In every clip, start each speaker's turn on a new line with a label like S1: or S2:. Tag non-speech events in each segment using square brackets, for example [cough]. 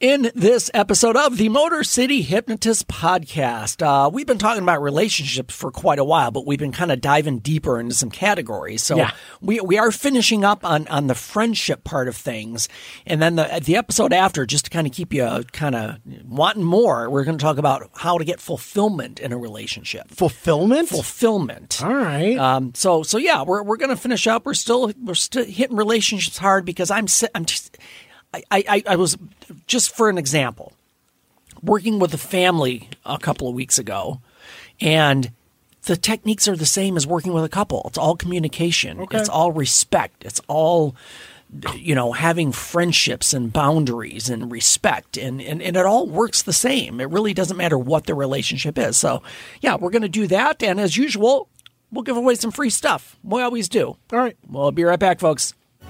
S1: In this episode of the Motor City Hypnotist Podcast, uh, we've been talking about relationships for quite a while, but we've been kind of diving deeper into some categories. So
S2: Yeah.
S1: we, we are finishing up on, on the friendship part of things. And then the, the episode after, just to kind of keep you uh, kind of wanting more, we're going to talk about how to get fulfillment in a relationship.
S2: Fulfillment?
S1: Fulfillment.
S2: All right.
S1: Um, so so yeah, we're we're gonna finish up. We're still we're still hitting relationships hard because I'm si- I'm just I, I I was just for an example working with a family a couple of weeks ago, and the techniques are the same as working with a couple. It's all communication. It's all respect. It's all you know having friendships and boundaries and respect and, and and it all works the same it really doesn't matter what the relationship is so yeah we're going to do that and as usual we'll give away some free stuff we always do
S2: All right.
S1: we'll be right back folks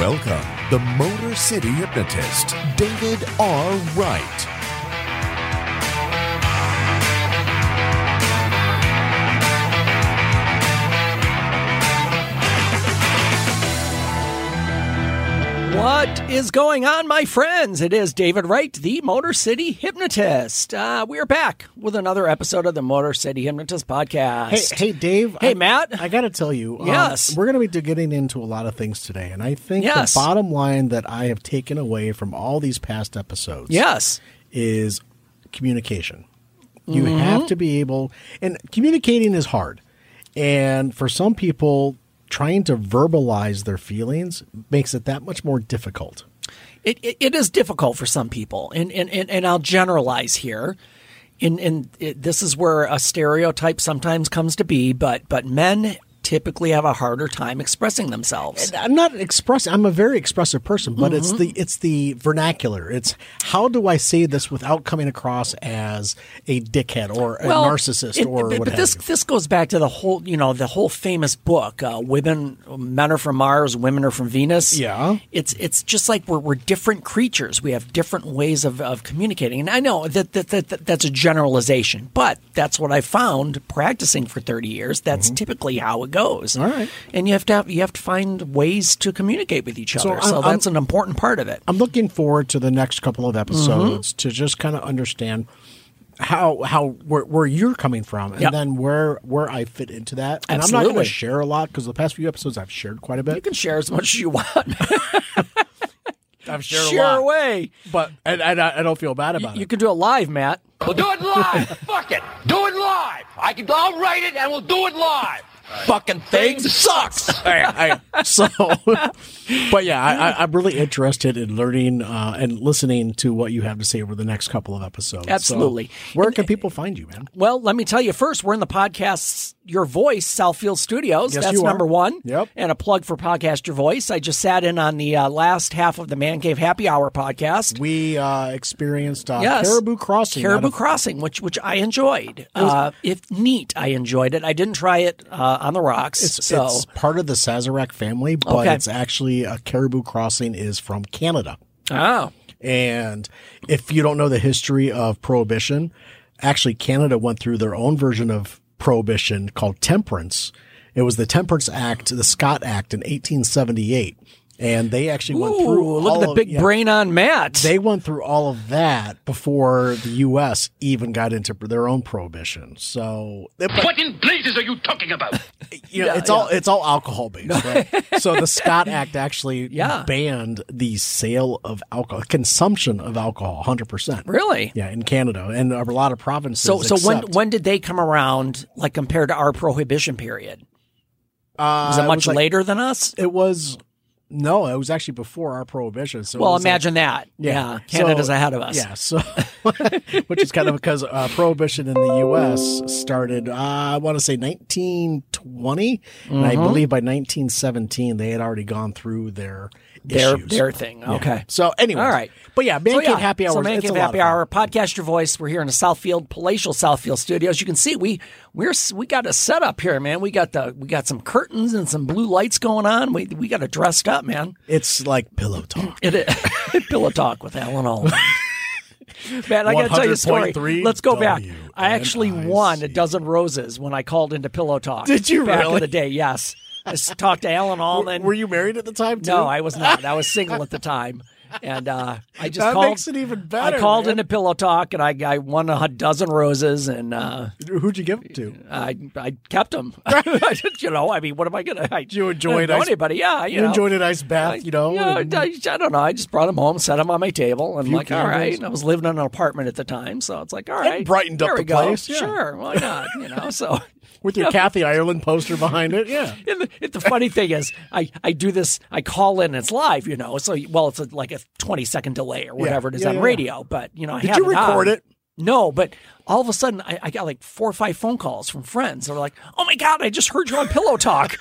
S3: Welcome, the Motor City hypnotist, David R. Wright.
S1: What is going on, my friends? It is David Wright, the Motor City Hypnotist. Uh, we are back with another episode of the Motor City Hypnotist
S2: Hey,
S1: podcast.
S2: hey, Dave.
S1: Hey,
S2: I-
S1: Matt.
S2: I got to tell you. um,
S1: Yes.
S2: we're going to be do- getting into a lot of things today, and I think
S1: Yes.
S2: the bottom line that I have taken away from all these past episodes,
S1: Yes.
S2: is communication. You
S1: Mm-hmm.
S2: have to be able, and communicating is hard, and for some people, trying to verbalize their feelings makes it that much more difficult.
S1: it, it, it is difficult for some people and, and, and, and i'll generalize here and, and it, this is where a stereotype sometimes comes to be but but men typically have a harder time expressing themselves
S2: I'm not express. I'm a very expressive person, but
S1: Mm-hmm.
S2: it's the it's the vernacular. It's how do I say this without coming across as a dickhead or a
S1: Well,
S2: narcissist
S1: it-
S2: or
S1: but,
S2: what
S1: but
S2: have
S1: this
S2: you.
S1: this goes back to the whole you know the whole famous book uh, women men are from mars women are from venus
S2: Yeah.
S1: it's it's just like we're, we're different creatures we have different ways of, of communicating and i know that, that, that, that that's a generalization but that's what i found practicing for 30 years that's typically how it goes
S2: Mm-hmm. All right.
S1: and you have to have, you have to find ways to communicate with each
S2: So
S1: other
S2: I'm-
S1: so
S2: I'm-
S1: that's an important part of it
S2: I'm looking forward to the next couple of episodes
S1: Mm-hmm.
S2: to just kind of understand how how where, where you're coming from and
S1: Yep.
S2: then where where I fit into that. And I'm not
S1: Absolutely.
S2: going to share a lot because the past few episodes I've shared quite a
S1: you
S2: bit.
S1: can share as much as you want
S2: I've shared
S1: share away
S2: but and, and I, I don't feel bad about it.
S1: you can do it live matt
S4: We'll do it live. Fuck it. Do it live. I can. I'll write it and we'll do it live. Fucking thing sucks.
S2: I, I, so, but yeah,
S1: [laughs]
S2: I, I, I'm really interested in learning uh, and listening to what you have to say over the next couple of episodes. So,
S1: Absolutely.
S2: where can people find you, man?
S1: Well, let me tell you first, we're in the podcast Your Voice, Southfield Studios.
S2: Yes,
S1: That's
S2: you are.
S1: number one.
S2: Yep.
S1: And a plug for Podcast Your Voice. I just sat in on the uh, last half of the Man Cave Happy Hour podcast.
S2: We uh, experienced uh,
S1: Yes.
S2: Caribou Crossing. out
S1: Caribou
S2: of-
S1: Crossing, which which I enjoyed. uh, if neat, I enjoyed it. I didn't try it uh, on the rocks.
S2: It's,
S1: so
S2: it's part of the Sazerac family, but
S1: Okay.
S2: it's actually uh, Caribou Crossing is from Canada.
S1: oh,
S2: And if you don't know the history of prohibition, actually Canada went through their own version of prohibition called temperance. It was the Temperance Act, the Scott Act in 1878, and they actually went through
S1: Ooh, look
S2: all
S1: at the
S2: of-
S1: big
S2: yeah.
S1: brain on Matt.
S2: They went through all of that before the U.S. even got into their own prohibition. So, it- but,
S4: What in blazes are you talking
S5: [laughs]
S4: about?
S2: you know, it's all it's all alcohol based. Right? so the Scott Act actually
S1: [laughs] Yeah.
S2: banned the sale of alcohol, consumption of alcohol, hundred percent.
S1: really?
S2: Yeah, in Canada and a lot of provinces.
S1: So so when
S2: accept.
S1: when did they come around? Like compared to our prohibition period,
S2: uh,
S1: was it much
S2: like-
S1: later than us?
S2: It was no, it was actually before our prohibition. So it
S1: Well,
S2: was like-
S1: imagine that. Yeah, Canada's
S2: So-
S1: ahead of us.
S2: Yeah, so [laughs] which is kind of because uh, prohibition in the U.S. started, uh, I want to say
S1: Mm-hmm.
S2: 1920, and I believe by 1917 they had already gone through their
S1: their
S2: issues.
S1: their thing. Okay.
S2: So, anyways.
S1: all right.
S2: But yeah, Man
S1: So,
S2: Cave Happy
S1: So
S2: Hours,
S1: man
S2: it's
S1: Cave
S2: a lot
S1: Happy
S2: of fun.
S1: Hour. Podcast your voice. We're here in the Southfield, palatial Southfield studios. You can see we we're s- we got a setup here, man. We got the we got some curtains and some blue lights going on. We we got it dressed up, man.
S2: It's like pillow talk.
S1: It [laughs] is pillow talk with Alan
S2: [laughs]
S1: All. Man, I got to tell you a story.
S2: 100.3
S1: Let's go back. I actually
S2: WNIC.
S1: won a dozen roses when I called into Pillow Talk.
S2: Did you
S1: back
S2: really?
S1: in the day? Yes, I s- talked to
S2: [laughs]
S1: Alan Allman.
S2: Were you married at the time too?
S1: No, I was not. I was single
S2: [laughs]
S1: at the time. And uh, I just
S2: That
S1: called.
S2: makes it even better,
S1: I called
S2: man.
S1: into Pillow Talk and I, I won a dozen roses and uh,
S2: Who'd you give it to?
S1: I I kept [laughs] them. I didn't- you know, I mean, what am I gonna? I,
S2: You
S1: I
S2: enjoyed
S1: didn't know
S2: ice-
S1: anybody? Yeah, you,
S2: You
S1: know.
S2: enjoyed a nice bath, you know.
S1: Yeah,
S2: and-
S1: I, I don't know. I just brought them home, set them on my table, and
S2: Few
S1: like, all right.
S2: candles.
S1: And I was living in an apartment at the time, so it's like, all
S2: That
S1: right,
S2: brightened up
S1: there we
S2: the
S1: go.
S2: place, yeah.
S1: Sure, why not? You know,
S2: [laughs]
S1: so
S2: with your Kathy Ireland poster behind it. Yeah.
S1: And the, and the funny thing is, I, I do this, I call in, it's live, you know. So, well, it's a, like a 20 second delay or whatever it is
S2: yeah,
S1: on
S2: yeah, yeah.
S1: radio. But, you know, I
S2: Did
S1: have
S2: you record
S1: on.
S2: it?
S1: No, but all of a sudden I, I got like four or five phone calls from friends. They're like, oh my God, I just heard you on Pillow Talk.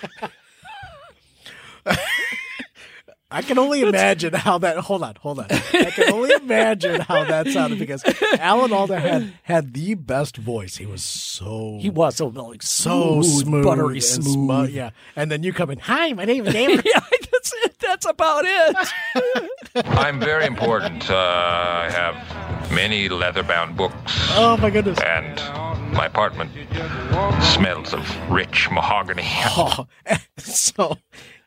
S2: I can only imagine how that. Hold on, hold on. I
S1: [laughs]
S2: can only imagine how that sounded because Alan Alda had had the best voice. He was so
S1: he was so like
S2: so smooth,
S1: buttery
S2: and
S1: smooth.
S2: smu- yeah, and then you come in. Hi, my name is David.
S1: [laughs] Yeah, that's it. That's about it.
S6: I'm very important. Uh, I have many leather-bound books,
S2: oh my goodness.
S6: and my apartment smells of rich mahogany.
S2: Oh, so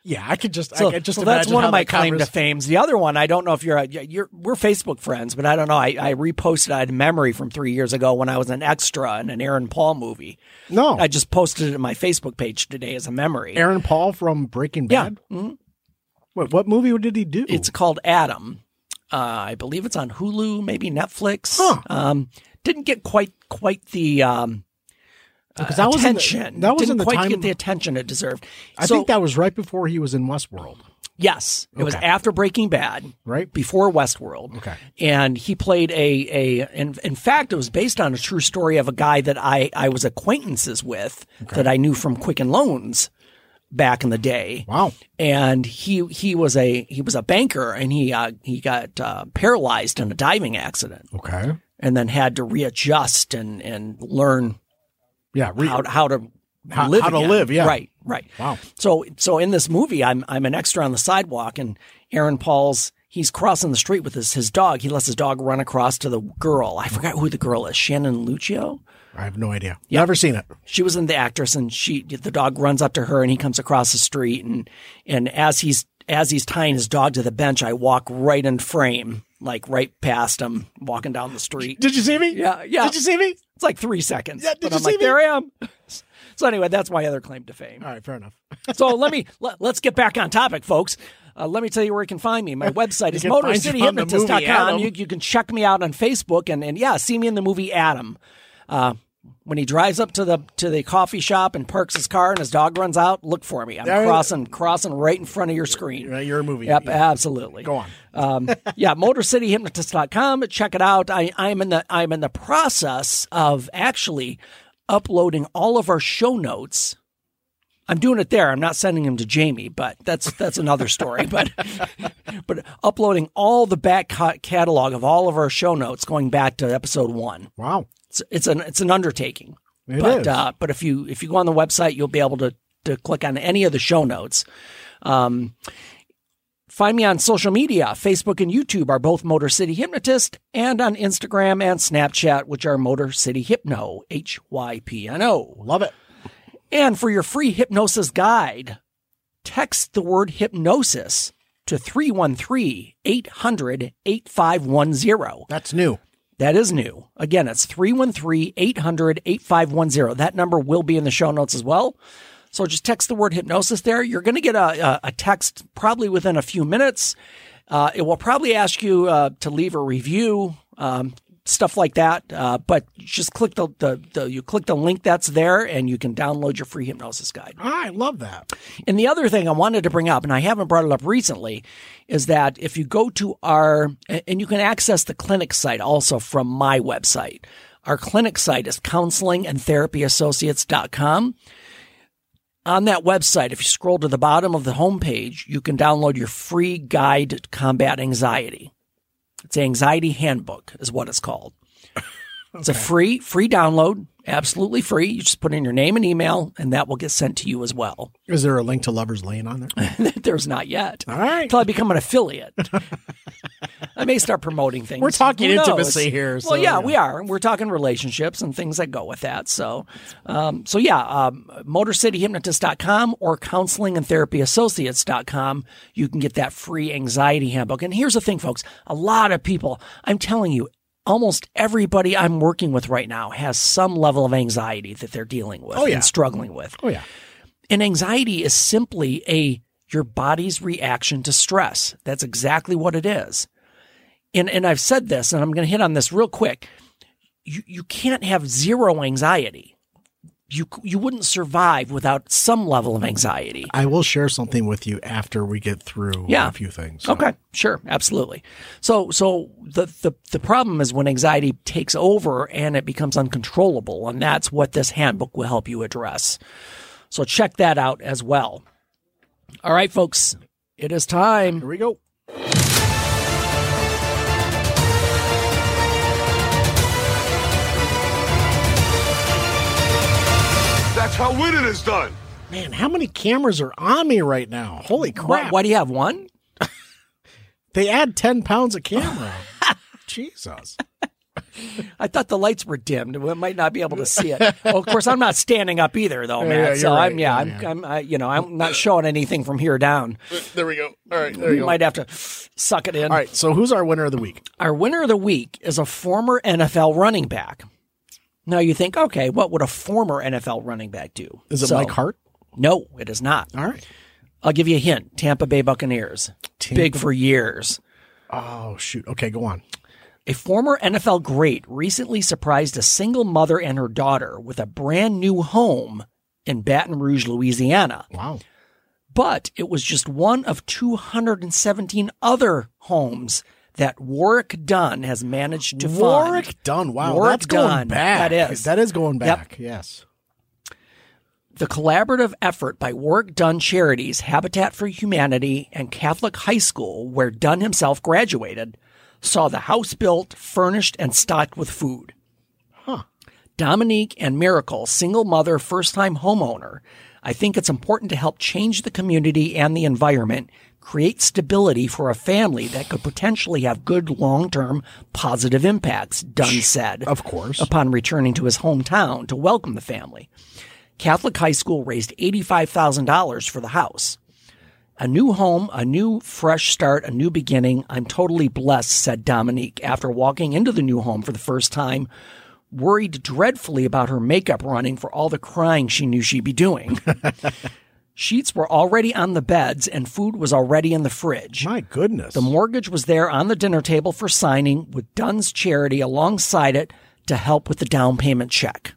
S2: yeah, I could just. I
S1: So,
S2: could just
S1: so that's
S2: imagine
S1: one
S2: how
S1: of my
S2: that
S1: claim to
S2: convers-
S1: fames. The other one, I don't know if you're, you're we're Facebook friends, but I don't know. I, I reposted I had a memory from three years ago when I was an extra in an Aaron Paul movie.
S2: No,
S1: I just posted it on my Facebook page today as a memory.
S2: Oh. Aaron Paul from Breaking
S1: Yeah. Mm-hmm.
S2: Bad. Wait, what movie did he do?
S1: It's called Adam. Uh, I believe it's on Hulu, maybe Netflix.
S2: Huh.
S1: Um, didn't get quite quite the um,
S2: because that was in the-
S1: attention.
S2: that was
S1: didn't
S2: in the
S1: quite
S2: time.
S1: get the attention it deserved.
S2: I
S1: So-
S2: think that was right before he was in Westworld,
S1: Yes, it was
S2: Okay.
S1: after Breaking Bad,
S2: Right.
S1: before Westworld.
S2: Okay.
S1: and he played a a. In, in fact, it was based on a true story of a guy that I I was acquaintances with that I knew from Quicken Loans back in the day.
S2: Wow.
S1: And he he was a he was a banker, and he uh, he got uh, paralyzed in a diving accident,
S2: Okay.
S1: and then had to readjust and and learn
S2: Yeah. Re-
S1: how to, how to
S2: How-
S1: live
S2: how to
S1: again.
S2: live, yeah.
S1: right right
S2: Wow.
S1: so so in this movie I'm I'm an extra on the sidewalk and Aaron Paul's he's crossing the street with his his dog he lets his dog run across to the girl I forgot who the girl is Shannon Lucio
S2: I have no idea. Never seen it.
S1: she was in the actress and she the dog runs up to her and he comes across the street and and as he's as he's tying his dog to the bench I walk right in frame like right past him walking down the street
S2: Did you see me?
S1: Yeah, yeah.
S2: Did you see me?
S1: it's like 3 seconds
S2: Yeah, did
S1: but
S2: you
S1: I'm like
S2: see me?
S1: there I am [laughs] so anyway that's my other claim to fame
S2: All right. Fair enough.
S1: so let me let, us get back on topic, folks. Uh, let me tell you where you can find me.
S2: [laughs]
S1: My website is
S2: can find you on the movie
S1: motorcityhypnotist.com.
S2: Adam.
S1: You, you can check me out on Facebook and, and yeah, see me in the movie Adam. Uh, when he drives up to the to the coffee shop and parks his car and his dog runs out, look for me. I'm
S2: There it is.
S1: crossing crossing right in front of your screen.
S2: You're- you're a movie.
S1: Yep,
S2: Yeah.
S1: absolutely.
S2: Go on.
S1: Um, yeah, motorcityhypnotist.com. Check it out. I, I'm in the I'm in the process of actually uploading all of our show notes. I'm doing it there. I'm not sending them to Jamie, but that's that's another story. [laughs] but but uploading all the back ca- catalog of all of our show notes going back to episode one.
S2: Wow.
S1: It's, it's an it's an undertaking.
S2: It
S1: but
S2: is.
S1: Uh, but if you if you go on the website, you'll be able to to click on any of the show notes. Um, find me on social media. Facebook and YouTube are both Motor City Hypnotist, and on Instagram and Snapchat, which are Motor City Hypno H Y P N O.
S2: Love it.
S1: And for your free hypnosis guide, text the word hypnosis to 313 800 8510.
S2: That's new.
S1: That is new. Again, it's 313 800 8510. That number will be in the show notes as well. So just text the word hypnosis there. You're going to get a, a, a text probably within a few minutes. Uh, it will probably ask you uh, to leave a review, um, stuff like that. Uh, but just click the, the, the you click the link that's there, and you can download your free hypnosis guide.
S2: I love that.
S1: And the other thing I wanted to bring up, and I haven't brought it up recently, is that if you go to our, and you can access the clinic site also from my website. Our clinic site is counselingandtherapyassociates.com. on that website, if you scroll to the bottom of the homepage, you can download your free guide to combat anxiety. It's Anxiety Handbook, is what it's called. It's a free free download, absolutely free. You just put in your name and email, and that will get sent to you as well.
S2: Is there a link to Lover's Lane on there?
S1: [laughs] There's not yet.
S2: [laughs] All right.
S1: Until I become an affiliate. I [laughs] may start promoting things.
S2: We're talking
S1: Who knows?
S2: intimacy here, so,
S1: well, yeah,
S2: yeah.
S1: we are. We're talking relationships and things that go with that. So, um, so yeah, um, motorcityhypnotist.com or counselingandtherapyassociates.com. You can get that free anxiety handbook. And here's the thing, folks. A lot of people, I'm telling you, almost everybody I'm working with right now has some level of anxiety that they're dealing with
S2: Oh, yeah.
S1: and struggling with.
S2: Oh yeah.
S1: And anxiety is simply a your body's reaction to stress. That's exactly what it is. And and I've said this, and I'm going to hit on this real quick. You you can't have zero anxiety. You you wouldn't survive without some level of anxiety.
S2: I will share something with you after we get through
S1: Yeah.
S2: a few things.
S1: Okay, sure, absolutely. So, so the, the the problem is when anxiety takes over and it becomes uncontrollable, and that's what this handbook will help you address. So, check that out as well. All right, folks, it is time.
S2: Here we go.
S7: That's how winning is done.
S2: Man, how many cameras are on me right now? Holy
S1: Why,
S2: crap.
S1: why do you have one?
S2: They add 10 pounds
S1: [laughs]
S2: a camera. Jesus.
S1: I thought the lights were dimmed. We might not be able to see
S2: [laughs]
S1: it. Well, of course, I'm not standing up either, though, man.
S2: yeah,
S1: so
S2: you're
S1: I'm,
S2: right.
S1: yeah,
S2: Yeah,
S1: I'm,
S2: yeah.
S1: I'm, I, you know, I'm not showing anything from here down.
S2: There we go. All right. There
S1: You might have to suck it in.
S2: All right. So, who's our winner of the week?
S1: Our winner of the week is a former NFL running back. Now you think, okay, what would a former NFL running back do?
S2: Is it
S1: So-
S2: Mike Hart?
S1: No, it is not.
S2: All right.
S1: I'll give you a hint. Tampa Bay Buccaneers.
S2: Tampa-
S1: Big for years.
S2: Oh, shoot. Okay, go on.
S1: A former NFL great recently surprised a single mother and her daughter with a brand new home in Baton Rouge, Louisiana.
S2: Wow.
S1: but it was just one of 217 other homes that Warwick Dunn has managed to find.
S2: Warwick Dunn. Wow.
S1: Warwick
S2: that's going
S1: Dunn.
S2: back.
S1: That is.
S2: That is going
S1: Yep.
S2: back. Yes.
S1: The collaborative effort by Warwick Dunn Charities, Habitat for Humanity, and Catholic High School, where Dunn himself graduated, saw the house built, furnished, and stocked with food. Dominique and Miracle, single mother, first time homeowner. I think it's important to help change the community and the environment, create stability for a family that could potentially have good long term positive impacts, Dunn said.
S2: of course.
S1: Upon returning to his hometown to welcome the family. Catholic High School raised $85,000 for the house. A new home, a new fresh start, a new beginning. I'm totally blessed, said Dominique after walking into the new home for the first time, worried dreadfully about her makeup running for all the crying she knew she'd be doing. Sheets were already on the beds and food was already in the fridge.
S2: My goodness.
S1: The mortgage was there on the dinner table for signing with Dunn's charity alongside it to help with the down payment check.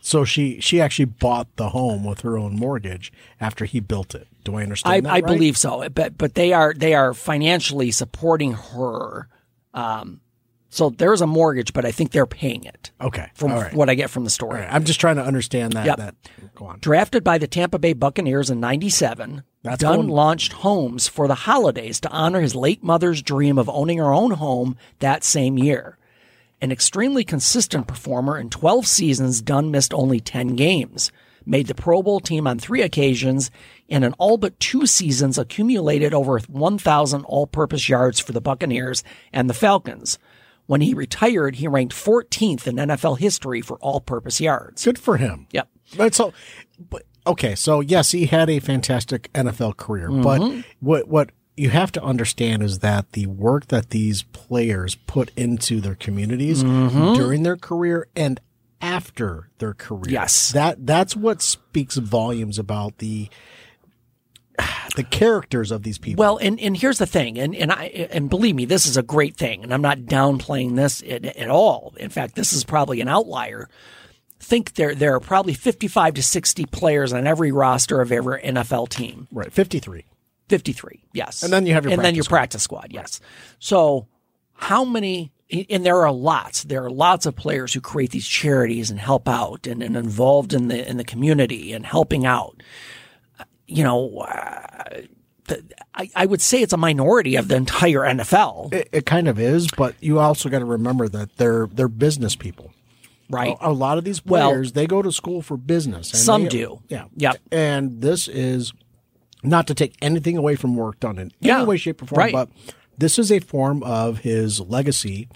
S2: so, she she actually bought the home with her own mortgage after he built it. Do I understand
S1: I,
S2: that
S1: I
S2: right?
S1: believe so, but but they are they are financially supporting her. Um, so there is a mortgage, but I think they're paying it.
S2: Okay.
S1: from
S2: All right.
S1: what I get from the story.
S2: All right. I'm just trying to understand that.
S1: Yep.
S2: that go on.
S1: Drafted by the Tampa Bay Buccaneers in 97,
S2: That's
S1: Dunn
S2: going-
S1: launched Homes for the Holidays to honor his late mother's dream of owning her own home that same year. An extremely consistent performer in 12 seasons, Dunn missed only 10 games, made the Pro Bowl team on three occasions, and in all but two seasons accumulated over 1,000 all purpose yards for the Buccaneers and the Falcons. When he retired, he ranked 14th in NFL history for all purpose yards.
S2: Good for him.
S1: Yep.
S2: But so, but okay, so yes, he had a fantastic NFL career,
S1: Mm-hmm.
S2: but what what you have to understand is that the work that these players put into their communities
S1: Mm-hmm.
S2: during their career and after their career,
S1: Yes.
S2: that that's what speaks volumes about the the characters of these people.
S1: Well, and, and here's the thing, and, and I and believe me, this is a great thing, and I'm not downplaying this at, at all. In fact, this is probably an outlier. Think there there are probably 55 to 60 players on every roster of every NFL team.
S2: right, fifty three.
S1: 53, yes.
S2: And then you have your
S1: and then
S2: practice
S1: your
S2: squad.
S1: practice squad, yes. So how many? And there are lots. There are lots of players who create these charities and help out and, and involved in the in the community and helping out. you know, uh, the, I, I would say it's a minority of the entire NFL,
S2: It, it kind of is, but you also got to remember that they're they're business people.
S1: right?
S2: A lot of these
S1: Well-
S2: players they go to school for business. and
S1: Some
S2: they-
S1: do.
S2: Yeah.
S1: Yep.
S2: And this is not to take anything away from work done in
S1: Yeah.
S2: any way, shape, or form,
S1: Right.
S2: but this is a form of his legacy,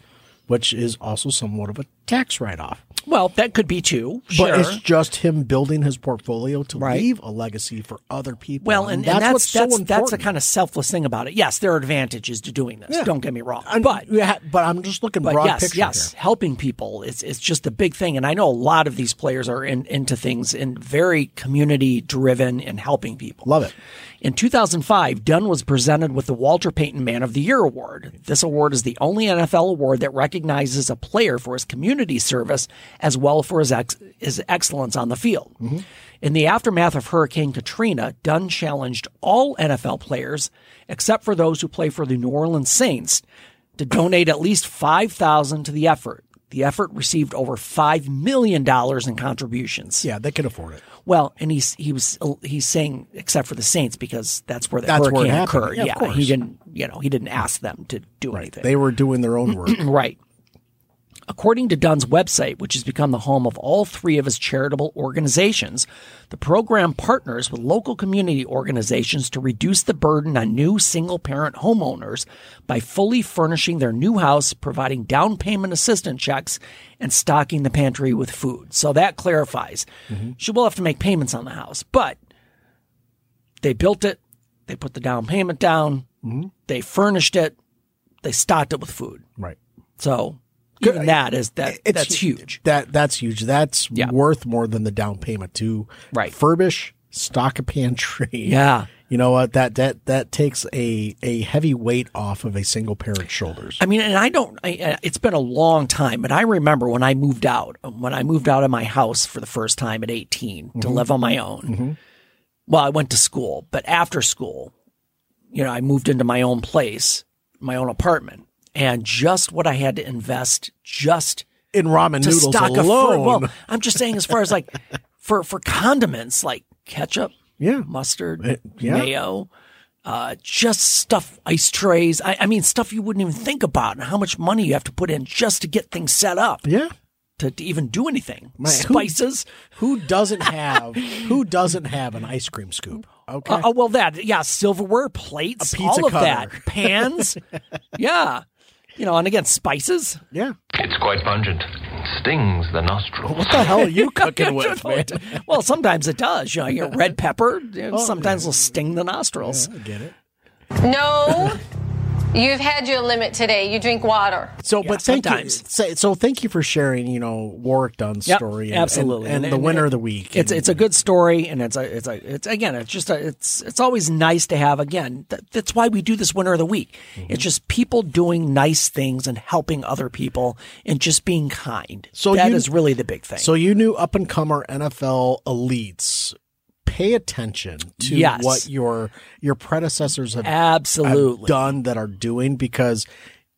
S2: which is also somewhat of a tax write off.
S1: Well, that could be too.
S2: But
S1: sure.
S2: it's just him building his portfolio to
S1: Right.
S2: leave a legacy for other people.
S1: well, and, and that's
S2: what's so
S1: that's, that's the
S2: important.
S1: kind of selfless thing about it. Yes, there are advantages to doing this.
S2: Yeah.
S1: Don't get me wrong,
S2: I'm-
S1: but
S2: yeah, but I'm just looking
S1: but
S2: broad
S1: yes,
S2: picture
S1: yes,
S2: here.
S1: helping people is is just a big thing. And I know a lot of these players are in, into things and very community driven and helping people.
S2: Love it.
S1: In 2005, Dunn was presented with the Walter Payton Man of the Year award. This award is the only NFL award that recognizes a player for his community service as well for his ex- his excellence on the field. In the aftermath of Hurricane Katrina, Dunn challenged all NFL players except for those who play for the New Orleans Saints to donate at least 5000 to the effort. The effort received over 5 million dollars in contributions.
S2: Yeah, they can afford it.
S1: Well, and he's he was he's saying except for the Saints because that's where the
S2: That's where it
S1: hurricane
S2: happened.
S1: occurred.
S2: Yeah, of course.
S1: he didn't you know he didn't ask them to do anything.
S2: They were doing their own work.
S1: right. According to Dunn's website, which has become the home of all three of his charitable organizations, the program partners with local community organizations to reduce the burden on new single parent homeowners by fully furnishing their new house, providing down payment assistance checks, and stocking the pantry with food. So that clarifies. She will have to make payments on the house, but they built it, they put the down payment down,
S2: Mm-hmm.
S1: they furnished it, they stocked it with food.
S2: right.
S1: So even that is that
S2: It's-
S1: that's huge.
S2: That that's huge. That's
S1: Yeah.
S2: worth more than the down payment to
S1: Right.
S2: furbish, stock a pantry. [laughs]
S1: Yeah.
S2: You know what? That that that takes a a heavy weight off of a single parent's shoulders.
S1: I mean, and I don't. I, uh, it's been a long time, but I remember when I moved out. um, When I moved out of my house for the first time at 18 to
S2: Mm-hmm.
S1: live on my own. Well, I went to school, but after school, you know, I moved into my own place, my own apartment, and just what I had to invest just
S2: In ramen
S1: to
S2: noodles
S1: stock a fur.
S2: alone.
S1: Well, I'm just saying, as far as like [laughs] for for condiments like ketchup,
S2: Yeah. Eh,
S1: mustard,
S2: yeah.
S1: mayo, uh, just stuff, ice trays. I, I mean, stuff you wouldn't even think about, and how much money you have to put in just to get things set up
S2: yeah.
S1: to, to even do anything.
S2: Man, who-
S1: Spices. Uh,
S2: Who doesn't have [laughs] who doesn't have an ice cream scoop? Okay.
S1: Uh, oh well, that yeah, silverware, plates,
S2: A pizza
S1: all of
S2: cutter. [laughs]
S1: that, pans, yeah, you know, and again, spices. [laughs]
S2: yeah.
S8: It's quite pungent. Stings the nostrils.
S2: What the [laughs] hell are [laughs] you cooking
S1: You
S2: with,
S1: know,
S2: man? Oh,
S1: it- Well, sometimes it does. You know, you get red pepper. you know, sometimes will sting the nostrils.
S2: I get it.
S9: No, you've had your limit today. You drink water.
S2: So, but thank
S1: sometimes.
S2: you. So, so thank you for sharing. You know, Warwick Dunn's
S1: Yep,
S2: story, and- and,
S1: absolutely,
S2: and, the winner of the week.
S1: It's
S2: and-
S1: it's a good story, and it's a it's a it's again it's just a, it's it's always nice to have. Again, th- that's why we do this winner of the week.
S2: Mm-hmm.
S1: It's just people doing nice things and helping other people and just being kind.
S2: So
S1: So that is
S2: you-
S1: really the big thing.
S2: So you new up and comer NFL elites, pay attention to
S1: Yes.
S2: what your your predecessors have, have
S1: absolutely
S2: done that are doing because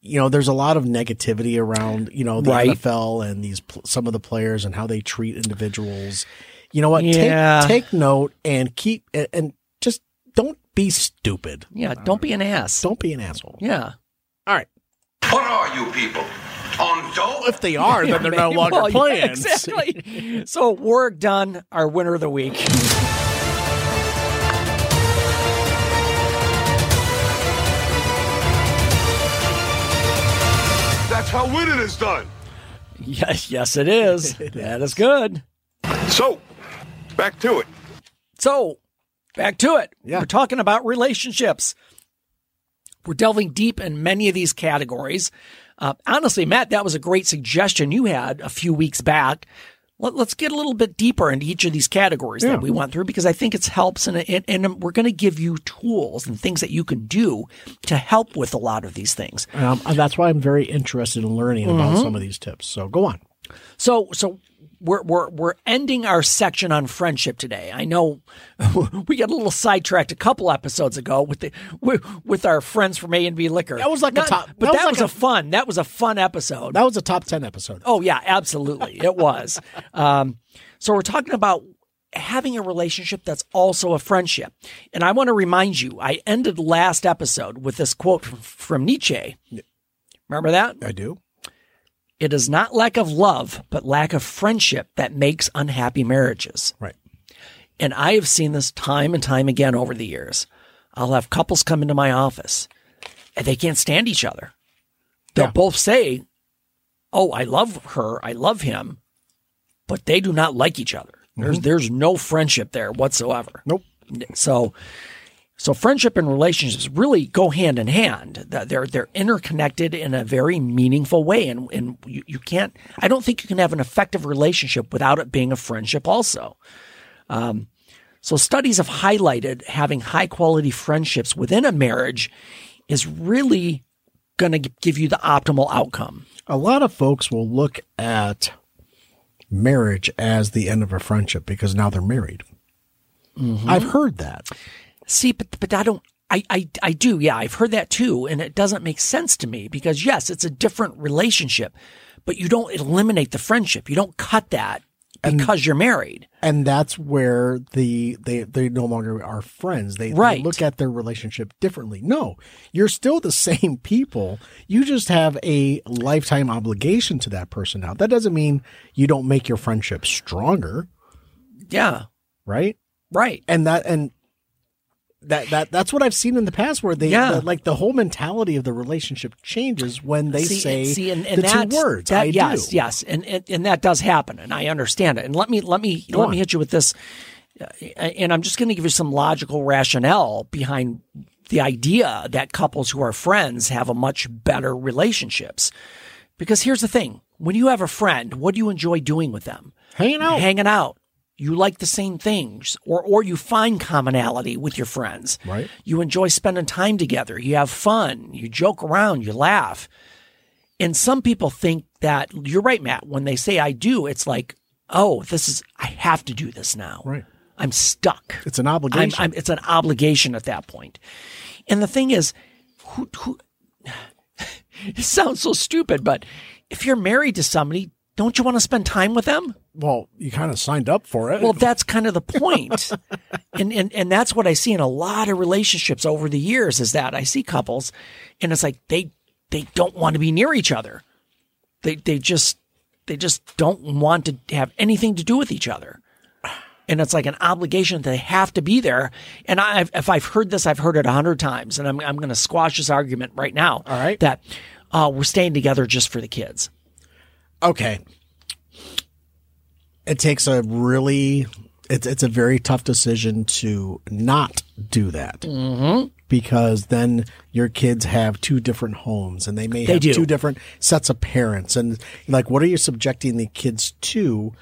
S2: you know there's a lot of negativity around you know the
S1: Right.
S2: NFL and these pl- some of the players and how they treat individuals. You know what?
S1: Yeah.
S2: Take take note and keep and, and just don't be stupid.
S1: Yeah, don't be an ass.
S2: Don't be an asshole.
S1: yeah.
S2: All right.
S7: What are you people? On dope?
S2: If they are, then
S1: [laughs]
S2: they're no
S1: Maybe-
S2: longer
S1: well, yeah,
S2: playing.
S1: exactly. so Warwick Dunn, our winner of the week.
S7: That's how winning is done.
S1: [laughs] Yes, yes, it is. that is good.
S7: So, back to it.
S1: So, back to it.
S2: Yeah.
S1: We're talking about relationships. We're delving deep in many of these categories. Uh, honestly, Matt, that was a great suggestion you had a few weeks back. Let, us get a little bit deeper into each of these categories
S2: Yeah.
S1: that we went through because I think it helps, and and, and we're going to give you tools and things that you can do to help with a lot of these things.
S2: Um, and that's why I'm very interested in learning about some of these tips. So go on.
S1: So so we're we're we're ending our section on friendship today. I know [laughs] we got a little sidetracked a couple episodes ago with the with, with our friends from A and B Liquor.
S2: That was like a top-
S1: but that,
S2: that was like
S1: was
S2: a-
S1: a, fun. That was a fun episode.
S2: That was a top 10 episode. [laughs]
S1: Oh yeah, absolutely, it was. um, so we're talking about having a relationship that's also a friendship. And I want to remind you, I ended last episode with this quote from, from Nietzsche. Remember that?
S2: I do.
S1: It is not lack of love, but lack of friendship that makes unhappy marriages.
S2: Right.
S1: And I have seen this time and time again over the years. I'll have couples come into my office and they can't stand each other. They'll
S2: Yeah.
S1: both say, Oh, I love her, I love him, but they do not like each other. There's there's no friendship there whatsoever.
S2: Mm-hmm. Nope.
S1: So so friendship and relationships really go hand in hand. That They're they're interconnected in a very meaningful way, and and you, you can't. I don't think you can have an effective relationship without it being a friendship. Also, um, so studies have highlighted having high quality friendships within a marriage is really going to give you the optimal outcome.
S2: a lot of folks will look at marriage as the end of a friendship because now they're married. I've heard that.
S1: See, but but I don't. I, I, I do, yeah, I've heard that too, and it doesn't make sense to me because yes, it's a different relationship, but you don't eliminate the friendship. You don't cut that because you're married.
S2: And that's where the they they no longer are friends. They, they
S1: Right.
S2: look at their relationship differently. No, you're still the [laughs] same people. You just have a lifetime obligation to that person now. That doesn't mean you don't make your friendship stronger,
S1: Yeah,
S2: right?
S1: right.
S2: and that and that that that's what I've seen in the past where they
S1: Yeah.
S2: the- like the whole mentality of the relationship changes when they say the two
S1: that's-
S2: words.
S1: that-
S2: I
S1: yes,
S2: do.
S1: yes, and, and and that does happen, and I understand it. And let me let me let me
S2: on.
S1: hit you with this, uh, and I'm just going to give you some logical rationale behind the idea that couples who are friends have a much better relationships. Because here's the thing: when you have a friend, what do you enjoy doing with them?
S2: Hanging out.
S1: hanging out. You like the same things, or or you find commonality with your friends.
S2: Right.
S1: You enjoy spending time together. You have fun. You joke around. You laugh. And some people think that you're right, Matt. When they say I do, it's like, oh, this is I have to do this now.
S2: Right.
S1: I'm stuck.
S2: It's an obligation.
S1: I'm, I'm, it's an obligation at that point. And the thing is, who, who [laughs] it sounds so stupid, but if you're married to somebody, don't you want to spend time with them?
S2: well, you kind of signed up for it.
S1: Well, that's kind of the point.
S2: [laughs]
S1: and, and and that's what I see in a lot of relationships over the years is that I see couples and it's like they they don't want to be near each other. They they just they just don't want to have anything to do with each other. And it's like an obligation that they have to be there. And I, if I've heard this, I've heard it a hundred times. And I'm, I'm going to squash this argument right now.
S2: All right.
S1: That uh, we're staying together just for the kids.
S2: okay. It takes a really it's it's a very tough decision to not do that. Mm-hmm. Because then your kids have two different homes and they may have
S1: do.
S2: two different sets of parents and like what are you subjecting the kids to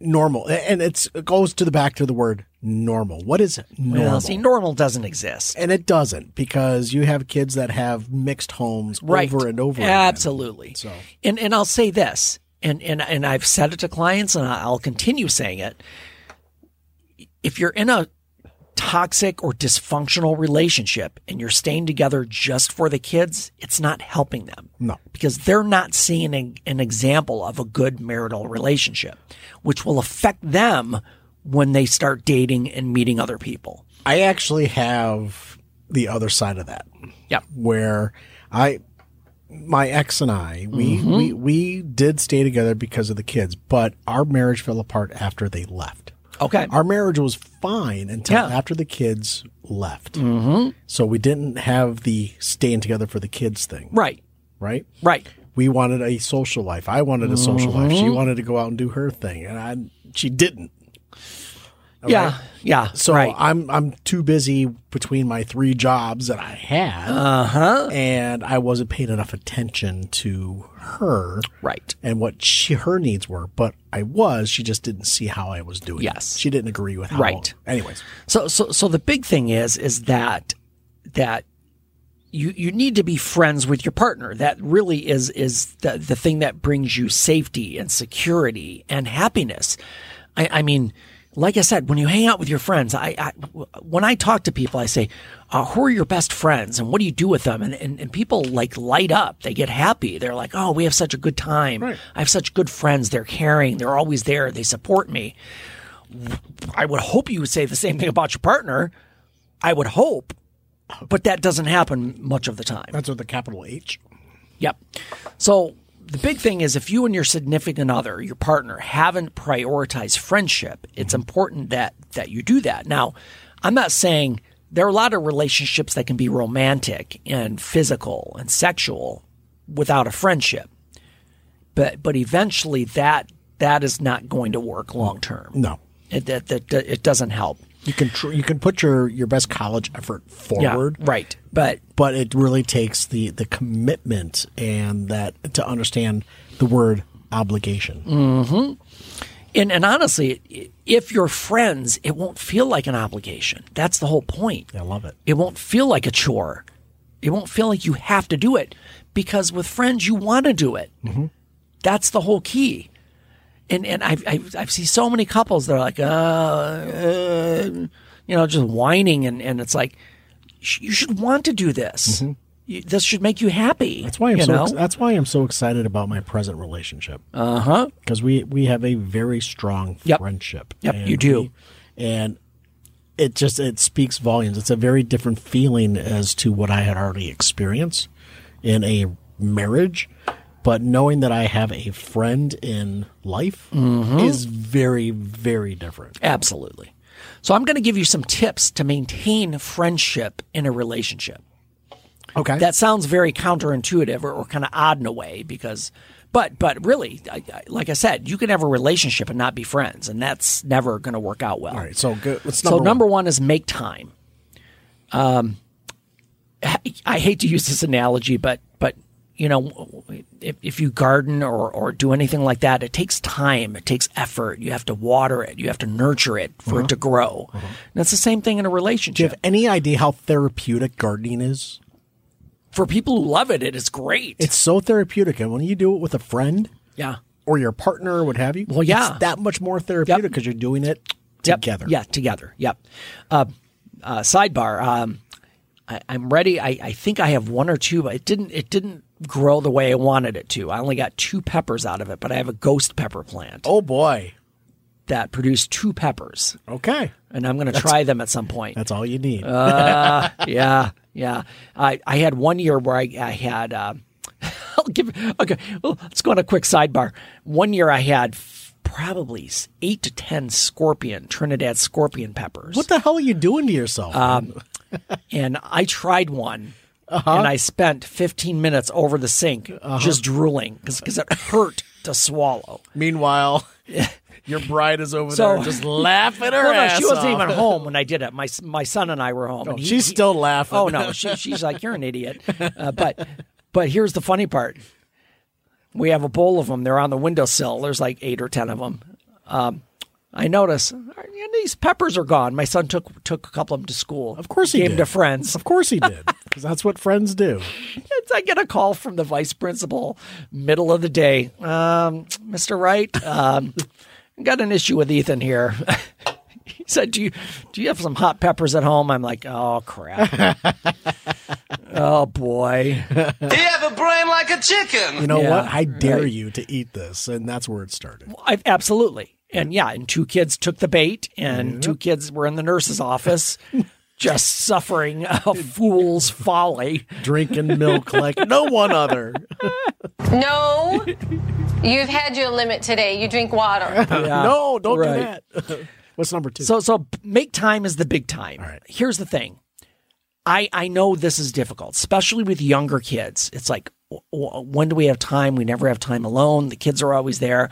S2: normal and it's, it goes to the back to the word normal what is normal
S1: Well, see, normal doesn't exist.
S2: and it doesn't because you have kids that have mixed homes
S1: right.
S2: over and over again.
S1: Absolutely.
S2: So-
S1: and and I'll say this, and and and I've said it to clients, and I'll continue saying it. If you're in a toxic or dysfunctional relationship and you're staying together just for the kids, it's not helping them.
S2: No.
S1: Because they're not seeing a, an example of a good marital relationship, which will affect them when they start dating and meeting other people.
S2: I actually have the other side of that
S1: Yeah.
S2: where I my ex and I we we we did stay together because of the kids, but our marriage fell apart after they left.
S1: Okay.
S2: Our marriage was fine until
S1: Yeah.
S2: after the kids left. Mm-hmm. So we didn't have the staying together for the kids thing,
S1: right.
S2: right?
S1: Right.
S2: We wanted a social life. I wanted a social life. She wanted to go out and do her thing, and I she didn't.
S1: Yeah. Yeah.
S2: So
S1: right.
S2: I'm I'm too busy between my three jobs that I had,
S1: Uh-huh.
S2: and I wasn't paying enough attention to her,
S1: Right.
S2: and what she, her needs were. But I was. She just didn't see how I was doing. it.
S1: Yes.
S2: she didn't agree with how.
S1: Right.
S2: Anyways,
S1: So so so the big thing is is that that you you need to be friends with your partner. That really is is the the thing that brings you safety and security and happiness. I, I mean, like I said, when you hang out with your friends, I, I when I talk to people, I say, uh, "Who are your best friends, and what do you do with them?" And, and and people like light up. They get happy. They're like, "Oh, we have such a good time. I have such good friends. They're caring. They're always there. They support me." I would hope you would say the same thing about your partner. I would hope, but that doesn't happen much of the time.
S2: That's with the capital H.
S1: Yep. So the big thing is if you and your significant other, your partner, haven't prioritized friendship, it's important that that you do that. Now, I'm not saying there are a lot of relationships that can be romantic and physical and sexual without a friendship. But but eventually that that is not going to work long term.
S2: No.
S1: It that, that, that- it doesn't help.
S2: You can tr- you can put your your best college effort forward,
S1: Yeah, right. But
S2: But it really takes the the commitment and that to understand the word obligation.
S1: and, and honestly, i- if you're friends, it won't feel like an obligation. That's the whole point.
S2: I love it.
S1: It won't feel like a chore. It won't feel like you have to do it because with friends, you want to do it.
S2: Mm-hmm.
S1: That's the whole key. And and I've, I've, I've seen so many couples that are like, uh, uh, you know, just whining. And, and it's like, sh- you should want to do this. You, this should make you happy.
S2: Mm-hmm. That's why I'm
S1: you
S2: so
S1: know?
S2: ex- that's why I'm so excited about my present relationship. Uh huh. Because we we have a very strong
S1: Uh-huh. Yep.
S2: friendship.
S1: Yep, you do.
S2: we- and it just it speaks volumes. It's a very different feeling as to what I had already experienced in a marriage, but knowing that I have a friend in life
S1: Mm-hmm.
S2: is very very different.
S1: Absolutely. So I'm going to give you some tips to maintain friendship in a relationship.
S2: Okay.
S1: That sounds very counterintuitive or, or kind of odd in a way because, but but really, I, I, like I said, you can have a relationship and not be friends, and that's never going to work out well.
S2: all right. So good. What's
S1: So number one is make time. Um, I hate to use this analogy, but but you know, if, if you garden or or do anything like that, it takes time, it takes effort. You have to water it, you have to nurture it for
S2: Uh-huh.
S1: it to grow. And it's the same thing in a
S2: Do you
S1: relationship.
S2: have any idea how therapeutic gardening is?
S1: for people who love it, it is great.
S2: It's so therapeutic, and when you do it with a friend,
S1: yeah.
S2: or your partner or what have you.
S1: Well, yeah.
S2: it's that much more therapeutic
S1: Yep.
S2: because you're doing it
S1: Yep.
S2: together.
S1: Yeah, together. Yep. Uh, uh, sidebar. Um, I, I'm ready. I, I think I have one or two, but it didn't. It didn't grow the way I wanted it to. I only got two peppers out of it, but I have a ghost pepper plant
S2: Oh boy.
S1: that produced two peppers,
S2: Okay.
S1: and I'm going to try them at some point.
S2: That's all you need.
S1: Uh, yeah, yeah. I, I had one year where I, I had. Uh, [laughs] I'll give. Okay, well, let's go on a quick sidebar. One year I had f- probably s- eight to ten scorpion Trinidad scorpion peppers.
S2: what the hell are you doing to yourself?
S1: Uh, and I tried one.
S2: Uh-huh.
S1: And I spent 15 minutes over the sink just drooling because it hurt to
S2: [laughs]
S1: swallow. [laughs]
S2: Meanwhile, your bride is over
S1: So- there just [laughs]
S2: laughing
S1: No, no, she wasn't even
S2: [laughs]
S1: home when I did it. My s- my son and I were home. and he-
S2: she's
S1: he-
S2: still laughing.
S1: Oh no, she, she's like you're an idiot. Uh, but but here's the funny part. We have a bowl of them. They're on the windowsill. There's like eight or ten of them. Um, I notice "Are- yeah, these peppers are gone. My son took took a couple of them to school.
S2: Of course he
S1: gave
S2: did.
S1: them to friends.
S2: Of course
S1: [laughs]
S2: he did. Because that's what friends do.
S1: It's- I get a call from the vice principal, middle of the day. Um, Mr. Wright, um, got an issue with Ethan here. [laughs] he said, "Do you do you have some hot peppers at home?" I'm like, "Oh
S2: [laughs]
S1: crap! oh boy!
S5: You have a brain like a chicken.
S2: You know
S1: Yeah,
S2: what? I dare
S1: right.
S2: you to eat this. And that's where it started.
S1: I, absolutely." And yeah, and two kids took the bait, and two kids were in the nurse's office, just suffering a fool's folly.
S2: Drinking milk like [laughs] no one other.
S9: No, you've had your limit today. You drink water.
S2: [laughs] no, don't
S1: right.
S2: do that. [laughs] What's number two?
S1: So so make time is the big time.
S2: right.
S1: Here's the thing. I I know this is difficult, especially with younger kids. It's like w- w- when do we have time? We never have time alone. The kids are always there.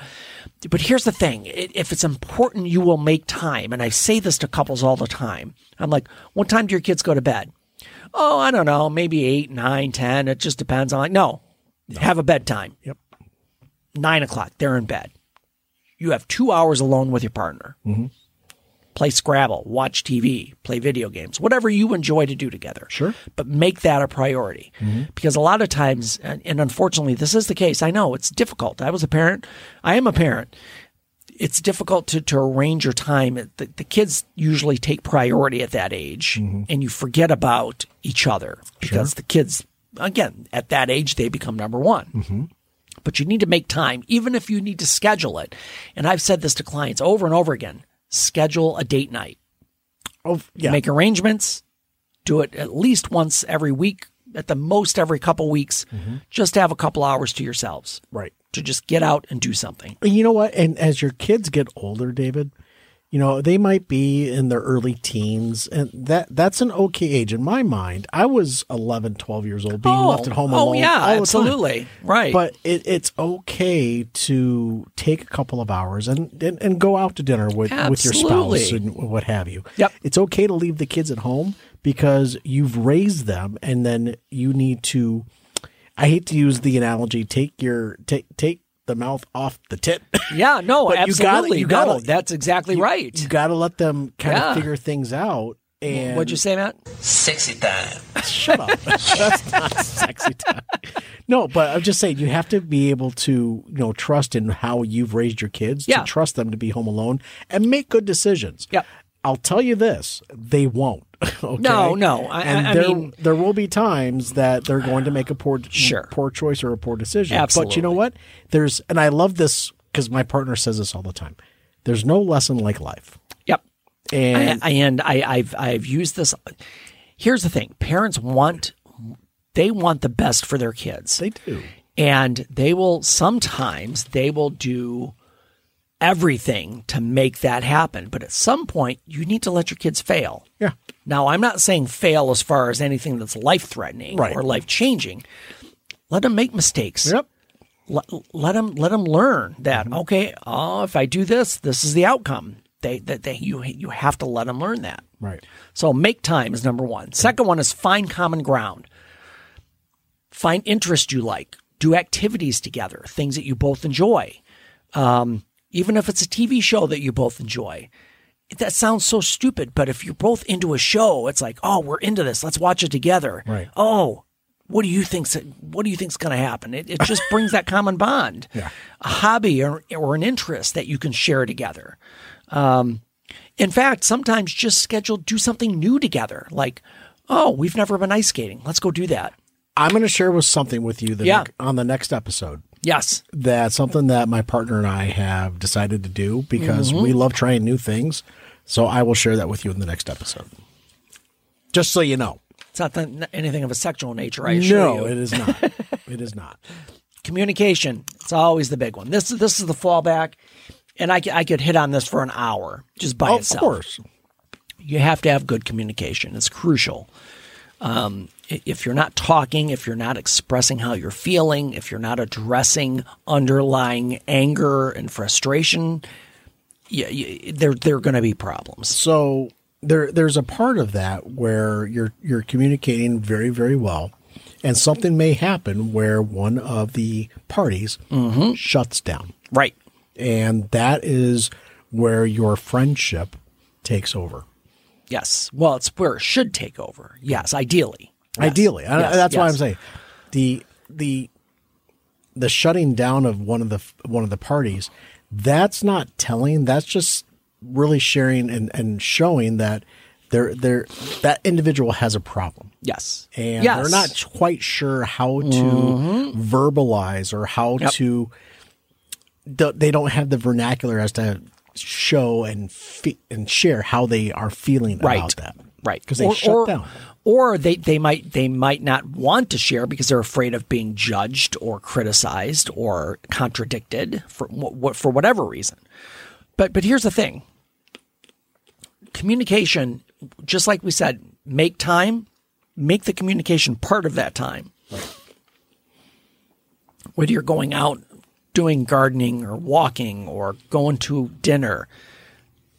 S1: But here's the thing. I- If it's important, you will make time. And I say this to couples all the time. I'm like, "What time do your kids go to bed?" "Oh, I don't know, maybe 8, 9, 10. It just depends." I'm like, "No. Have a bedtime."
S2: Yep.
S1: 9 o'clock, they're in bed. You have 2 hours alone with your partner play Scrabble, watch TV, play video games, whatever you enjoy to do together. Sure. But make that a priority because a lot of times, and, and unfortunately, this is the case. I know it's difficult. I was a parent, I am a parent. It's difficult to, to arrange your time. The, the kids usually take priority at that age, and you forget about each other because the kids, again, at that age, they become number one but you need to make time, even if you need to schedule it. And I've said this to clients over and over again schedule a date night.
S2: Oh, yeah.
S1: Make arrangements. Do it at least once every week, at the most every couple weeks. Just have a couple hours to yourselves
S2: right.
S1: to just get out and do something.
S2: And You know what? And as your kids get older, David, you know, they might be in their early teens and that that's an okay age in my mind. I was 11, 12 years old being left at home
S1: oh,
S2: alone.
S1: yeah,
S2: all the time.
S1: absolutely. Right.
S2: But it, it's okay to take a couple of hours and, and, and go out to dinner with, with your spouse
S1: Absolutely.
S2: and what have you.
S1: Yep.
S2: It's okay to leave the kids at home because you've raised them and then you need to I hate to use the analogy, take your take take the mouth off the tit.
S1: yeah, no,
S2: But [laughs] you gotta-
S1: absolutely.
S2: you gotta-
S1: no, that's exactly right.
S2: you gotta let them kind
S1: Yeah.
S2: of figure things out and
S1: What'd you say, Matt?
S5: Sexy time.
S2: shut
S1: [laughs]
S2: up. That's not sexy time. No, but I'm just saying you have to be able to, you know, trust in how you've raised your kids,
S1: Yeah.
S2: to trust them to be home alone and make good decisions.
S1: Yep.
S2: I'll tell you this, they won't. [laughs] Okay?
S1: No, no, I-
S2: and
S1: I- I
S2: there,
S1: mean-
S2: there will be times that they're going to make a poor,
S1: Sure.
S2: poor choice or a poor decision. But
S1: Absolutely.
S2: you know what? There's, and I love this because my partner says this all the time. There's no lesson like life.
S1: Yep.
S2: And
S1: I, and I, I've I've used this. Here's the thing: parents want they want the best for their kids,
S2: they do.
S1: and they will sometimes they will do everything to make that happen. But at some point, you need to let your kids fail.
S2: Yeah.
S1: Now, I'm not saying fail as far as anything that's life threatening
S2: Right.
S1: or life changing. Let them make mistakes
S2: Yep. Mm-hmm.
S1: let, let them let 'em learn that okay oh if i do this this is the outcome they that they you you have to let them learn that
S2: Right.
S1: so make time is number one second one is find common ground find interest you like do activities together things that you both enjoy um, even if it's a tv show that you both enjoy that sounds so stupid but if you're both into a show it's like oh we're into this let's watch it together
S2: Right.
S1: oh what do you think's what do you think's going to happen it, it just brings that common bond
S2: Yeah.
S1: a hobby or, or an interest that you can share together Um, in fact, sometimes just schedule do something new together. Like, oh, we've never been ice skating. Let's go do that.
S2: I'm going to share with something with you the
S1: Yeah.
S2: nec- on the next episode.
S1: Yes.
S2: That's something that my partner and I have decided to do because we
S1: Mm-hmm.
S2: love trying new things. So I will share that with you in the next episode. Just so you know.
S1: It's not th- anything of a sexual nature, I assure
S2: No,
S1: you.
S2: it is not.
S1: [laughs]
S2: it is not.
S1: Communication. It's always the big one. This is this is the fallback. And I, c- I could hit on this for an hour just by
S2: Oh, Of
S1: itself.
S2: course.
S1: You have to have good communication. It's crucial. Um, i- if you're not talking, if you're not expressing how you're feeling, if you're not addressing underlying anger and frustration, yeah, y there there are going to be problems.
S2: So there there's a part of that where you're you're communicating very very well and something may happen where one of the parties
S1: Mm-hmm.
S2: shuts down.
S1: Right.
S2: And that is where your friendship takes over.
S1: Yes. Well, it's where it should take over. Yes, ideally. Yes.
S2: Ideally, I-
S1: Yes,
S2: that's why I'm
S1: yes.
S2: saying the the the shutting down of one of the one of the parties. That's not telling. That's just really sharing and, and showing that they're, they're, that individual has a problem.
S1: Yes.
S2: And
S1: yes. Mm-hmm.
S2: they're not quite sure how to verbalize or how
S1: Yep.
S2: to. don't- They don't have the vernacular as to show and fe- and share how they are feeling
S1: right.
S2: about that.
S1: Right.
S2: Because they
S1: Or-
S2: shut
S1: or-
S2: down.
S1: Or they, they might they might not want to share because they're afraid of being judged or criticized or contradicted for wh- wh- for whatever reason. But but here's the thing. Communication, just like we said, make time, make the communication part of that time. Whether you're going out doing gardening or walking or going to dinner,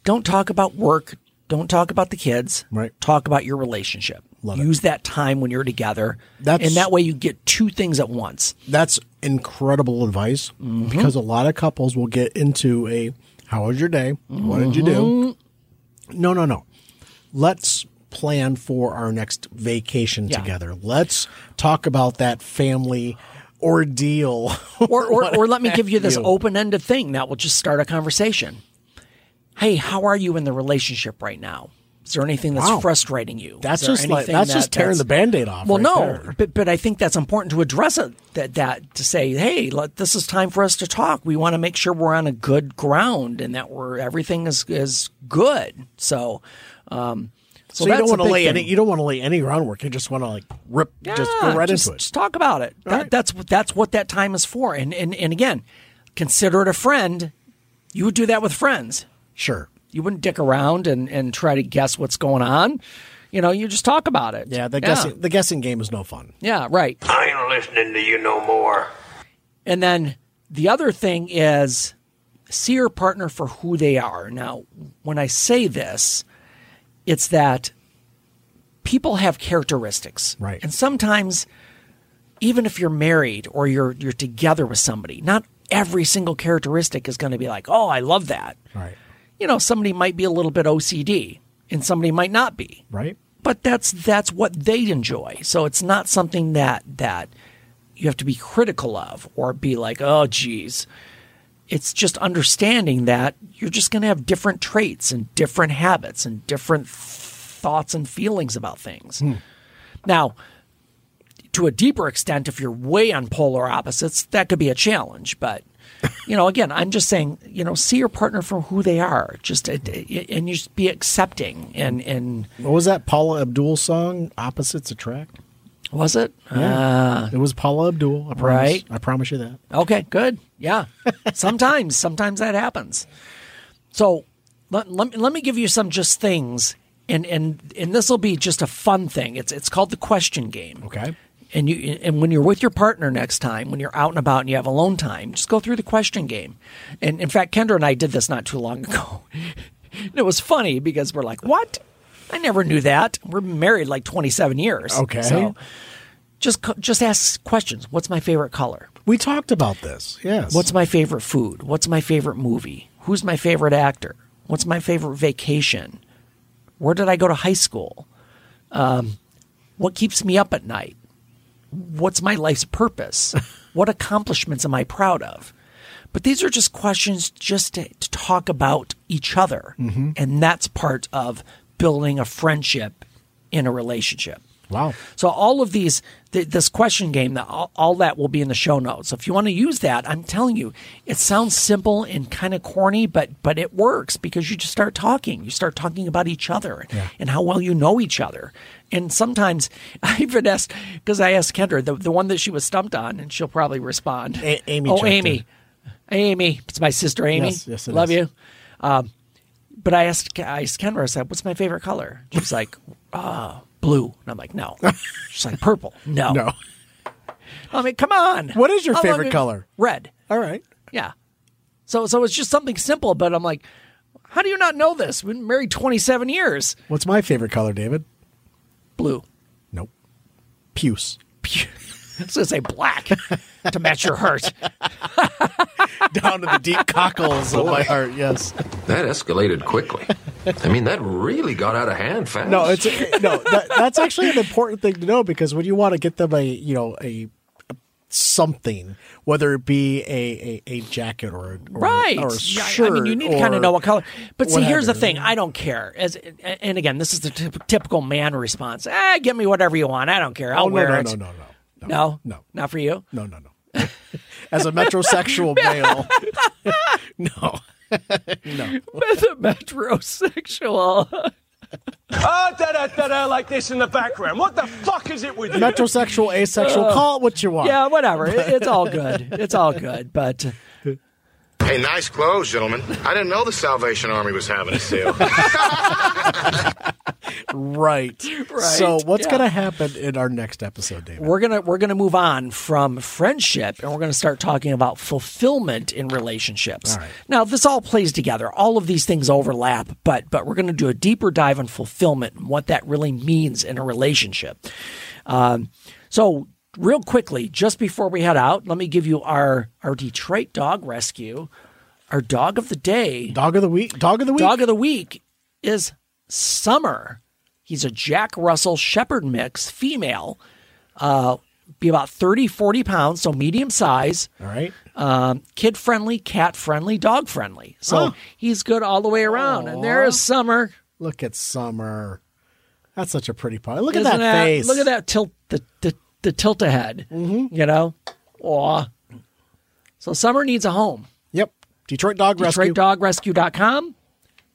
S1: don't talk about work. Don't talk about the kids.
S2: Right.
S1: Talk about your relationship.
S2: Love it.
S1: Use that time when you're together.
S2: That's-
S1: and that way you get two things at once.
S2: that's incredible advice because a lot of couples will get into a how was your day? What did you do? No, no, no. Let's plan for our next vacation
S1: Yeah.
S2: together. Let's talk about that family ordeal. [laughs]
S1: Or, or, or let me give you this
S2: You.
S1: open ended thing that will just start a conversation. Hey, how are you in the relationship right now? Is there anything that's
S2: Wow.
S1: frustrating you?
S2: That's
S1: Is there
S2: just like
S1: anything
S2: that's
S1: that-
S2: just tearing
S1: that's-
S2: the band-aid off.
S1: Well,
S2: right
S1: no,
S2: there.
S1: but, but I think that's important to address it. That that to say, hey, let, this is time for us to talk. We want to make sure we're on a good ground and that we're everything is is good. So, um, so,
S2: So, you don't
S1: that's a
S2: want to
S1: big
S2: lay
S1: thing.
S2: any you don't want to lay any groundwork. You just want to like rip, just go
S1: Yeah,
S2: right
S1: just,
S2: into it.
S1: just talk about it. That,
S2: right.
S1: That's what that's what that time is for. And and and again, consider it a friend. You would do that with friends.
S2: Sure.
S1: You wouldn't dick around and and try to guess what's going on. You know, you just talk about it.
S2: Yeah, the guessing the guessing game is no fun.
S1: Yeah, right.
S4: I ain't listening to you no more.
S1: And then the other thing is see your partner for who they are. Now, when I say this, it's that people have characteristics.
S2: Right.
S1: And sometimes even if you're married or you're you're together with somebody, not every single characteristic is going to be like, "Oh, I love that."
S2: Right.
S1: You know, somebody might be a little bit OCD and somebody might not be
S2: Right.
S1: but that's that's what they enjoy. So it's not something that that you have to be critical of or be like, oh, geez. It's just understanding that you're just going to have different traits and different habits and different th- thoughts and feelings about things. Now, to a deeper extent, if you're way on polar opposites, that could be a challenge. But you know, again, I'm just saying, you know, see your partner for who they are, just uh, d- and you just be accepting and and
S2: What was that Paula Abdul song? Opposites attract.
S1: Was it?
S2: Yeah. it was Paula Abdul. I promise.
S1: Uh, right.
S2: I promise you that.
S1: Uh, okay, good. Yeah. sometimes, [laughs] sometimes that happens. So let, let, me- let me give you some just things, and and and this will be just a fun thing. It's it's called the question game.
S2: Okay.
S1: And you and when you're with your partner next time, when you're out and about and you have alone time, just go through the question game. And in fact, Kendra and I did this not too long ago. [laughs] and it was funny because we're like, "What? I never knew that. We're married like 27 years."
S2: Okay.
S1: So just co- just ask questions. What's my favorite color?
S2: We talked about this. Yes.
S1: What's my favorite food? What's my favorite movie? Who's my favorite actor? What's my favorite vacation? Where did I go to high school? Um, what keeps me up at night? What's my life's purpose? what accomplishments am I proud of? But these are just questions just to, to talk about each other. And that's part of building a friendship in a relationship.
S2: wow?
S1: So all of these, th- this question game, the, all, all that will be in the show notes. So if you want to use that, I'm telling you, it sounds simple and kind of corny, but but it works because you just start talking. You start talking about each other and how well you know each other. And sometimes [laughs] I even asked because I asked Kendra the, the one that she was stumped on, and she'll probably respond.
S2: A- Amy
S1: oh
S2: checked
S1: Amy, Amy, it's my sister Amy.
S2: Yes, yes, it
S1: love
S2: is.
S1: you. Um, but I asked, I asked Kendra, I said, what's my favorite color? She was like, ah, blue. And I'm like, no. She's like, purple. No.
S2: No.
S1: I mean, come on.
S2: What is your
S1: How long
S2: favorite
S1: have-
S2: color?
S1: Red.
S2: [laughs] All right.
S1: Yeah. So, so it's just something simple, but I'm like, how do you not know this? We've been married 27 years.
S2: What's my favorite color, David?
S1: Blue.
S2: Nope. Puce.
S1: I was going to say black to match your heart.
S2: [laughs] Down to the deep cockles of my heart. Yes.
S8: That escalated quickly. I mean, that really got out of hand fast.
S2: [laughs] No, it's eh, no. That, that's actually an important thing to know because when you want to get them a you know a, a something, whether it be a a, a jacket or, a- [laughs] or
S1: right.
S2: or a
S1: Yeah,
S2: shirt,
S1: I mean, you need to kind
S2: or-
S1: of know what color. But see, here's the
S2: whatever.
S1: thing: I don't care. As and again, this is the typ- typical man response: "Ah, get me whatever you want. I don't care. I'll
S2: Oh, no,
S1: wear
S2: no,
S1: it."
S2: no, no, no,
S1: No?
S2: no,
S1: not for you.
S2: no, no, no. [laughs] As
S1: [laughs]
S2: a metrosexual male, no.
S1: With a metrosexual.
S4: Ah, da da da da, like this in the background. What the fuck is it with you?
S2: Metrosexual, asexual, call it what you want.
S1: yeah, whatever. It- it's all good. It's all good. But
S10: Hey, nice clothes, gentlemen. I didn't know the Salvation Army was having a sale.
S1: [laughs]
S2: Right. So what's
S1: yeah.
S2: going to happen in our next episode, David?
S1: we're gonna we're gonna move on from friendship, and we're gonna start talking about fulfillment in relationships.
S2: All right.
S1: Now, this all plays together. All of these things overlap, but but we're going to do a deeper dive on fulfillment and what that really means in a relationship. Um, so, real quickly, just before we head out, let me give you our our Detroit dog rescue, our dog of the day.
S2: Dog of the week. Dog of the week.
S1: Dog of the week is Summer. He's a Jack Russell Shepherd mix, female, uh, be about 30, 40 pounds, so medium size
S2: All right.
S1: um, kid friendly, cat friendly, dog friendly. So he's good all the way around. And there is Summer.
S2: Look at Summer. That's such a pretty part. Look at
S1: Isn't
S2: that, face. Mm-hmm.
S1: Look at that tilt the the, the tilt ahead. You know, aw. So Summer needs a home.
S2: Yep. Detroit Dog Rescue.
S1: DetroitDogRescue.com.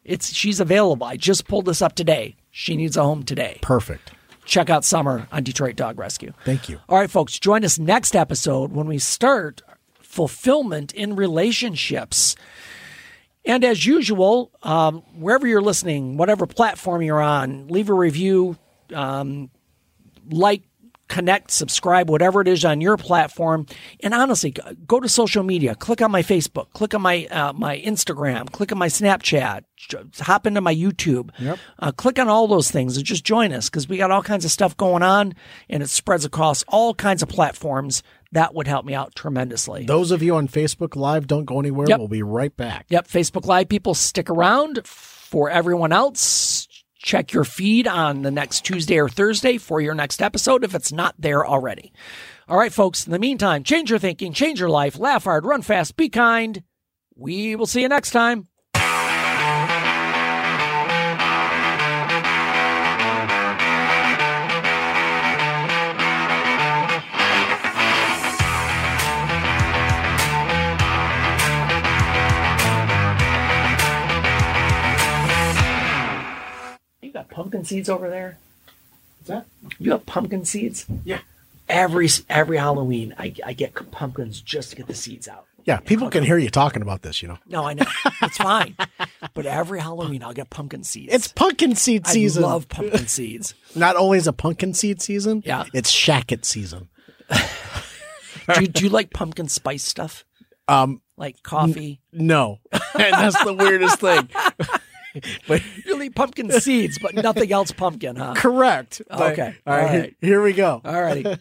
S1: It's she's available. I just pulled this up today. She needs a home today.
S2: Perfect.
S1: Check out Summer on Detroit Dog Rescue.
S2: Thank you.
S1: All right, folks, join us next episode when we start fulfillment in relationships. And as usual, um, wherever you're listening, whatever platform you're on, leave a review, um, like, connect, subscribe, whatever it is on your platform. And honestly, g- go to social media. Click on my Facebook. Click on my uh, my Instagram. Click on my Snapchat. j- Hop into my YouTube. Uh, click on all those things and just join us because we got all kinds of stuff going on, and it spreads across all kinds of platforms. That would help me out tremendously.
S2: Those of you on Facebook Live, don't go anywhere.
S1: Yep.
S2: We'll be right back.
S1: Yep, Facebook Live people stick around. For everyone else, check your feed on the next Tuesday or Thursday for your next episode if it's not there already. All right, folks, in the meantime, change your thinking, change your life, laugh hard, run fast, be kind. We will see you next time. You got pumpkin seeds over there?
S2: What's that?
S1: You have pumpkin seeds?
S2: Yeah.
S1: Every every Halloween, I, I get pumpkins just to get the seeds out.
S2: Yeah. People can hear you talking about this, you know.
S1: No, I know. It's fine. But every Halloween, I'll get pumpkin seeds.
S2: It's pumpkin seed season.
S1: I love pumpkin seeds.
S2: Not only is it pumpkin seed season,
S1: Yeah.
S2: it's shacket season.
S1: do you, do you like pumpkin spice stuff? Um, like coffee.
S2: No. [laughs] and that's the weirdest thing. but
S1: Really [laughs] pumpkin seeds, but nothing else pumpkin, huh?
S2: correct.
S1: Okay.
S2: All right.
S1: All right.
S2: Here we go.
S1: All righty.